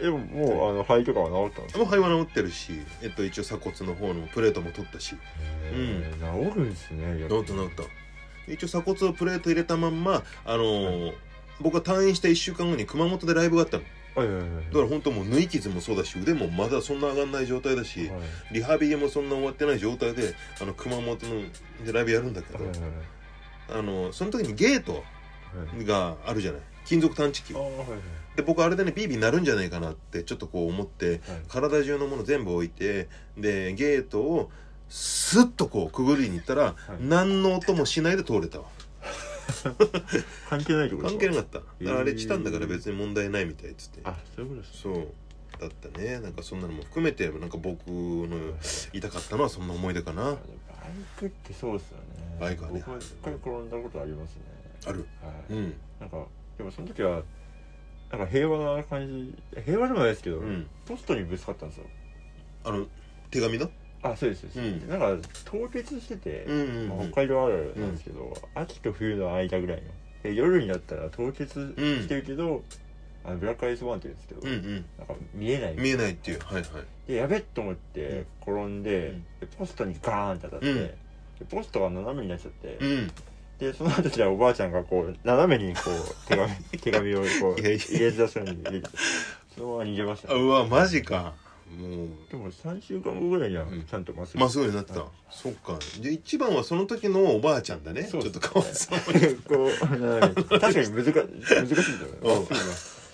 Speaker 2: でももうあの肺とかは治ったんです
Speaker 1: もう肺は治ってるし、えっと、一応鎖骨の方のプレートも取ったし
Speaker 2: うん治るんですねやっぱ
Speaker 1: 治った治った一応鎖骨をプレート入れたまんまあのー僕は退院した1週間後に熊本でライブがあったの
Speaker 2: はいはいはいはい
Speaker 1: だから本当もう縫い傷もそうだし腕もまだそんな上がんない状態だし
Speaker 2: はい
Speaker 1: リハビリもそんな終わってない状態であの熊本のでライブやるんだけ
Speaker 2: はい
Speaker 1: ど
Speaker 2: はいはい
Speaker 1: あのその時にゲート
Speaker 2: はい
Speaker 1: があるじゃない金属探知機
Speaker 2: あーはいはい
Speaker 1: で僕あれでねビービーなるんじゃないかなってちょっとこう思って
Speaker 2: はい
Speaker 1: 体中のもの全部置いてでゲートをスッとこうくぐりに行ったら、
Speaker 2: い
Speaker 1: 何の音もしないで通れたわ
Speaker 2: 関係ないってこと
Speaker 1: 関係
Speaker 2: い
Speaker 1: なかっただからあれチタンだから別に問題ないみたいっつって
Speaker 2: あそういうことです
Speaker 1: そうだったねなんかそんなのも含めてなんか僕の痛かったのはそんな思い出かな
Speaker 2: バイクってそうですよね
Speaker 1: バイクはね
Speaker 2: 僕も一回転んだことありますね
Speaker 1: ある
Speaker 2: はい
Speaker 1: うん
Speaker 2: なんかでもその時はなんか平和な感じ平和でもないですけど、
Speaker 1: うん
Speaker 2: ポストにぶつかったんですよ
Speaker 1: あの手紙の
Speaker 2: あそうですそうです、
Speaker 1: うん
Speaker 2: でなんか凍結してて、
Speaker 1: うんうん
Speaker 2: まあ
Speaker 1: うん
Speaker 2: 北海道あるあるなんですけど、秋と冬の間ぐらいので夜になったら凍結してるけど、あのブラックアイスバーンって言うんですけど、
Speaker 1: うんうん
Speaker 2: なんか見えない
Speaker 1: 見えないっていうはいはい
Speaker 2: でやべっと思って転んで,、
Speaker 1: うん
Speaker 2: でポストにガーンって当たって、
Speaker 1: うん
Speaker 2: でポストが斜めになっちゃって、
Speaker 1: うん
Speaker 2: でその後じゃあおばあちゃんがこう斜めにこ
Speaker 1: <laughs>
Speaker 2: う手紙手紙をこう
Speaker 1: いやいや
Speaker 2: 入れずらすに入れてそのまま逃げました
Speaker 1: あ
Speaker 2: ね、
Speaker 1: うわマジかもう
Speaker 2: でも3週間後ぐらいには
Speaker 1: うん
Speaker 2: ちゃんとマスク、
Speaker 1: まあそうになった、そっかじゃあ一番はその時のおばあちゃんだねち
Speaker 2: そ
Speaker 1: ょ
Speaker 2: う
Speaker 1: っ
Speaker 2: です
Speaker 1: とかわいそうに
Speaker 2: こう斜めに確かに難か難しいんだよね
Speaker 1: うん
Speaker 2: まっす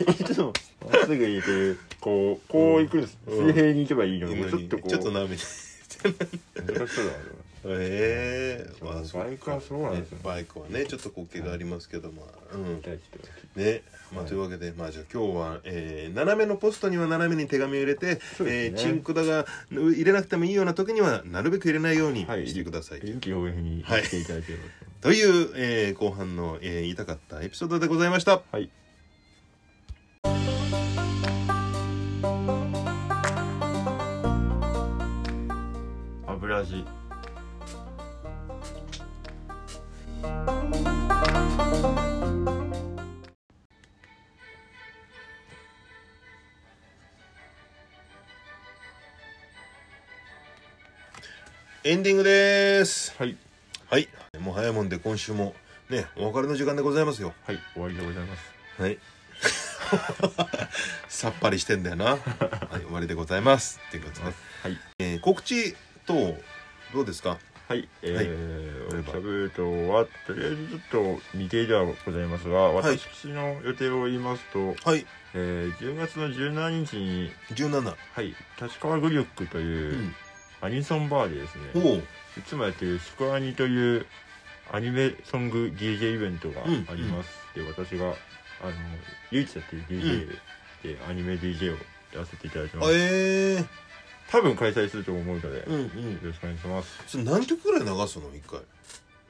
Speaker 2: ぐがいつもまっすぐ行くこうこう行くんです、
Speaker 1: うん
Speaker 2: 水平に行けばいいのに、
Speaker 1: 今
Speaker 2: ちょっ
Speaker 1: に
Speaker 2: <laughs> とこう
Speaker 1: ちょっとなめて
Speaker 2: 難しそうだなと思います
Speaker 1: ええ
Speaker 2: そうバイクはそうなんですよ
Speaker 1: ねバイクはねちょっと滑稽がありますけどまあうん
Speaker 2: 痛い人は
Speaker 1: ねまあ、
Speaker 2: はい
Speaker 1: というわけで、まあ、じゃあ今日は、えー斜めのポストには斜めに手紙を入れて、
Speaker 2: そう
Speaker 1: え
Speaker 2: です
Speaker 1: ー
Speaker 2: ね
Speaker 1: チンクだがう入れなくてもいいような時にはなるべく入れないように
Speaker 2: はい
Speaker 1: してください、
Speaker 2: 臨機応変に
Speaker 1: はい
Speaker 2: していただければと思い
Speaker 1: とい
Speaker 2: ます
Speaker 1: う、えー後半の、えー言いたかったエピソードでございました
Speaker 2: はい。油味。
Speaker 1: エンディングです
Speaker 2: はい。
Speaker 1: はいもう早いもんで今週もねお別れの時間でございますよ
Speaker 2: はい。終わりでございます。
Speaker 1: はい <laughs> さっぱりしてんだよな、はい、終わりでございますということで、
Speaker 2: はい。
Speaker 1: えー告知等どうですか
Speaker 2: は
Speaker 1: は
Speaker 2: い。
Speaker 1: い
Speaker 2: え
Speaker 1: ど
Speaker 2: ー、
Speaker 1: れ
Speaker 2: キ
Speaker 1: ば
Speaker 2: ャブとは、とりあえずちょっと未定ではございますが、
Speaker 1: い
Speaker 2: 私の予定を言いますと、
Speaker 1: はい
Speaker 2: えー、10月の17日に、
Speaker 1: 17
Speaker 2: はい、立川グリュックと
Speaker 1: う
Speaker 2: いうんアニソンバーでです
Speaker 1: お
Speaker 2: ね、
Speaker 1: おう
Speaker 2: いつもやってる「シコアニ」というアニメソング DJ イベントがあ
Speaker 1: うん
Speaker 2: ります、で私があの唯一やってる DJ で、アニメ DJ をやらせていただきま
Speaker 1: あ
Speaker 2: す
Speaker 1: ええ
Speaker 2: 多分開催すると思うので、
Speaker 1: う
Speaker 2: よ
Speaker 1: んうん
Speaker 2: ろしくお願いします
Speaker 1: それ何曲ぐらい流すの一回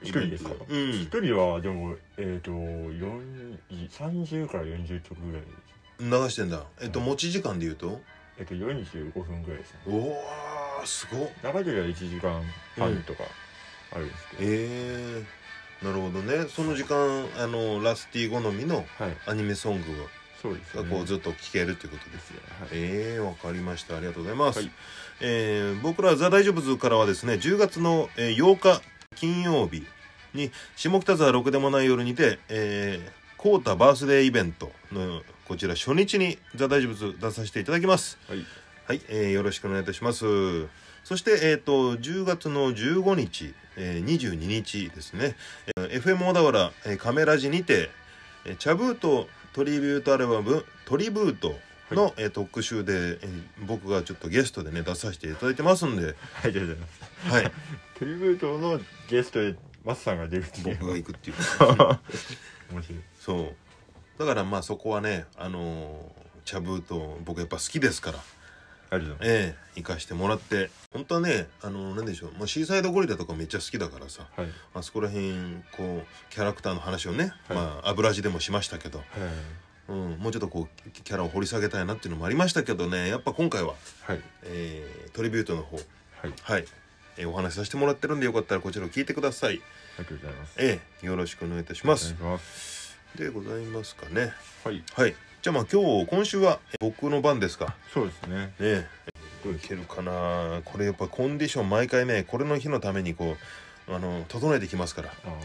Speaker 2: 一人ですか
Speaker 1: うん
Speaker 2: 一人はでもえっ、と4 30から40曲ぐらいです
Speaker 1: 流してんだえっと
Speaker 2: うん
Speaker 1: 持ち時間で言うと
Speaker 2: えっ、と45分ぐらいですね
Speaker 1: おおすごっ
Speaker 2: 長い時は1時間半とかあるんですけど、
Speaker 1: ええなるほどねその時間あのラスティ好みの
Speaker 2: はい
Speaker 1: アニメソング
Speaker 2: そうです
Speaker 1: が
Speaker 2: ね
Speaker 1: こうずっと聴けるということで
Speaker 2: ですすねはい
Speaker 1: ええわかりましたありがとうございます、
Speaker 2: はい
Speaker 1: えー僕ら「ザ・大丈夫ズ」からはですね10月のえー8日金曜日に下北沢ろくでもない夜にてえーコータバースデーイベントのこちら初日に「ザ・大丈夫ズ」出させていただきます
Speaker 2: はい
Speaker 1: はい、えーよろしくお願いいたします。そして、えっ、と、10月の15日、えー22日ですね、えー FM 小田原、えーカメラジにて、えーチャブートトリビュートアルバム、トリブートの、
Speaker 2: はい
Speaker 1: えー特集で、えー僕がちょっとゲストでね、出させていただいてますんで、
Speaker 2: ありがとうございます
Speaker 1: はい、
Speaker 2: トリブートのゲストでマスさんが出るってい
Speaker 1: <laughs>
Speaker 2: う
Speaker 1: 僕が行くっていう。
Speaker 2: 面白い
Speaker 1: そう。だからまあそこはね、あのーチャブート僕やっぱ好きですから、
Speaker 2: ありがとうござい
Speaker 1: ええ行かしてもらって本当はねあの何でしょう、まあ、シーサイドゴリラとかめっちゃ好きだからさ
Speaker 2: ます
Speaker 1: あそこら辺こうキャラクターの話をね、
Speaker 2: はい
Speaker 1: まあ油地でもしましたけど、
Speaker 2: はい
Speaker 1: うん、もうちょっとこうキャラを掘り下げたいなっていうのもありましたけどねやっぱ今回は、
Speaker 2: はいはい
Speaker 1: えートリビュートの方
Speaker 2: はい
Speaker 1: はい、えーお話しさせてもらってるんでよかったらこちらを聞いてください、
Speaker 2: ありがとうございます
Speaker 1: ええよろしくお願いいたしま
Speaker 2: お願
Speaker 1: す
Speaker 2: いします
Speaker 1: でございますかね
Speaker 2: はい
Speaker 1: はいじゃあまあ今日今週はえ僕の番ですかね
Speaker 2: そうですね
Speaker 1: え
Speaker 2: どうで
Speaker 1: い
Speaker 2: す
Speaker 1: けるかなこれやっぱコンディション毎回ねこれの日のためにこうあの整えてきますから
Speaker 2: ああまあ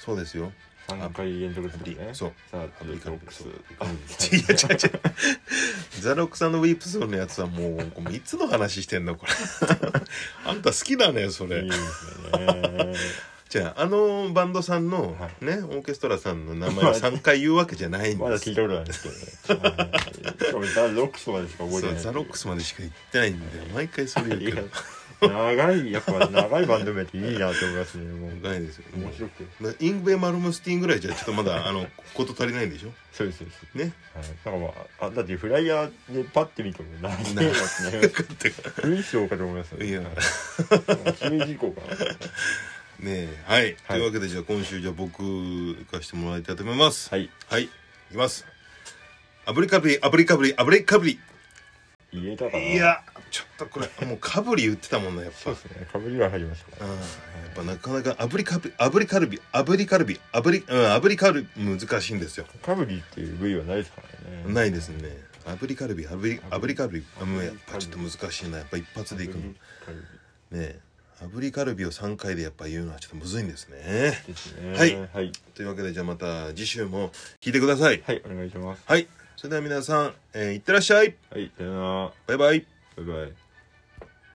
Speaker 1: そうですよ
Speaker 2: 確かに三回連続で
Speaker 1: ア
Speaker 2: すも
Speaker 1: プ
Speaker 2: ん
Speaker 1: リ
Speaker 2: ね
Speaker 1: そう
Speaker 2: さあ
Speaker 1: アプリカ
Speaker 2: ロ
Speaker 1: ロッ
Speaker 2: ック
Speaker 1: ク
Speaker 2: ス
Speaker 1: ス
Speaker 2: あ
Speaker 1: 違う違う違う <laughs> ザロックさんのウィップスのやつはもう3つの話してんの
Speaker 2: <laughs>
Speaker 1: これあんた好きだねそ
Speaker 2: いい
Speaker 1: れ
Speaker 2: ですね
Speaker 1: じゃああのバンドさんの
Speaker 2: は
Speaker 1: ねオーケストラさんの名前を3回言うわけじゃないん
Speaker 2: ま
Speaker 1: で
Speaker 2: だ聞
Speaker 1: す
Speaker 2: いたことないですけどねはいしかもザ・ロックスまでしか覚えて
Speaker 1: そ
Speaker 2: な
Speaker 1: う
Speaker 2: い
Speaker 1: ザロックスまでしか言ってないんで毎回それ言うけど
Speaker 2: 長いやっぱ長いバンド名っていいなと思いますねもう
Speaker 1: ないですよ
Speaker 2: 面白くて
Speaker 1: イングベ・マルムスティンぐらいじゃちょっとまだあのこと足りないん
Speaker 2: <laughs>
Speaker 1: でしょ
Speaker 2: そうですそうです
Speaker 1: ね
Speaker 2: はい、なんかまあ、あだってフライヤーでパッて見ても何
Speaker 1: な
Speaker 2: でもな
Speaker 1: 分かって
Speaker 2: いしようかと思いますよ
Speaker 1: いやね
Speaker 2: 注意事項か
Speaker 1: <laughs>
Speaker 2: な
Speaker 1: えはい、というわけでじゃあ今週じゃあ僕行かしてもらいたいと思います
Speaker 2: はい
Speaker 1: はい、いきますあぶりかぶりあぶりかぶりあぶりかぶり
Speaker 2: 言えたかない
Speaker 1: やちょっとこれもうかぶり言ってたもんなやっぱ
Speaker 2: そうですねかぶりは入りましたか
Speaker 1: うんやっぱなかなかあぶりかぶりあぶりカルビあぶりカルビあぶりうんあぶりカルビ難しいんですよ
Speaker 2: らかぶりっていう部位はないですからね
Speaker 1: ないですねあぶりカルビあぶりあぶりカルビあもうやっぱちょっと難しいなやっぱ一発でいくのね
Speaker 2: かぶ
Speaker 1: え炙りカルビを3回でやっぱ言うのはちょっとむずいんですね
Speaker 2: りですね
Speaker 1: はい
Speaker 2: はい、
Speaker 1: というわけでじゃあまた次週も聞いてください
Speaker 2: はい、お願いします
Speaker 1: はいそれでは皆さん、えーいってらっしゃい
Speaker 2: はいさよなら
Speaker 1: バイバイ
Speaker 2: バイバイ